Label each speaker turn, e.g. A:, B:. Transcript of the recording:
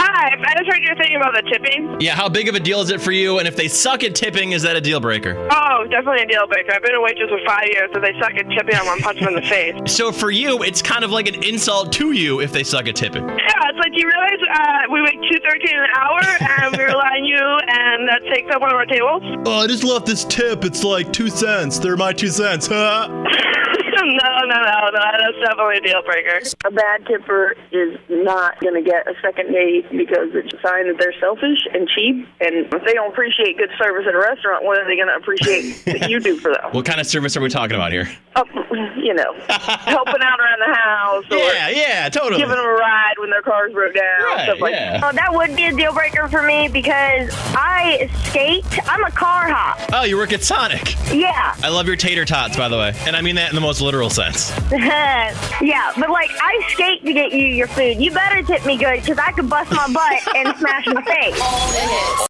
A: I just heard you thinking about the tipping.
B: Yeah, how big of a deal is it for you? And if they suck at tipping, is that a deal breaker?
A: Oh, definitely a deal breaker. I've been a waitress for five years, so they suck at tipping. I want to punch them in the face.
B: So for you, it's kind of like an insult to you if they suck at tipping.
A: Yeah, it's like, do you realize uh, we make two thirteen an hour, and we rely on you, and that takes up one of our tables?
C: Oh, I just left this tip. It's like two cents. They're my two cents. Huh?
A: no, no, no, no. That's definitely a deal breaker.
D: A bad tipper is not going to get a second date because it's a sign that they're selfish and cheap. And if they don't appreciate good service at a restaurant, what are they going to appreciate that you do for them?
B: What kind of service are we talking about here?
D: Uh, you know, helping out around the house or
B: Yeah, yeah, totally.
D: giving them a ride when their car's broke down,
B: Right,
D: stuff like
B: yeah.
E: Oh, that would be a deal breaker for me because I skate. I'm a car hop.
B: Oh, you work at Sonic.
E: Yeah.
B: I love your tater tots, by the way. And I mean that in the most literal sense.
E: yeah, but like I skate to get you your food. You better tip me good because I could bust my butt and smash my face.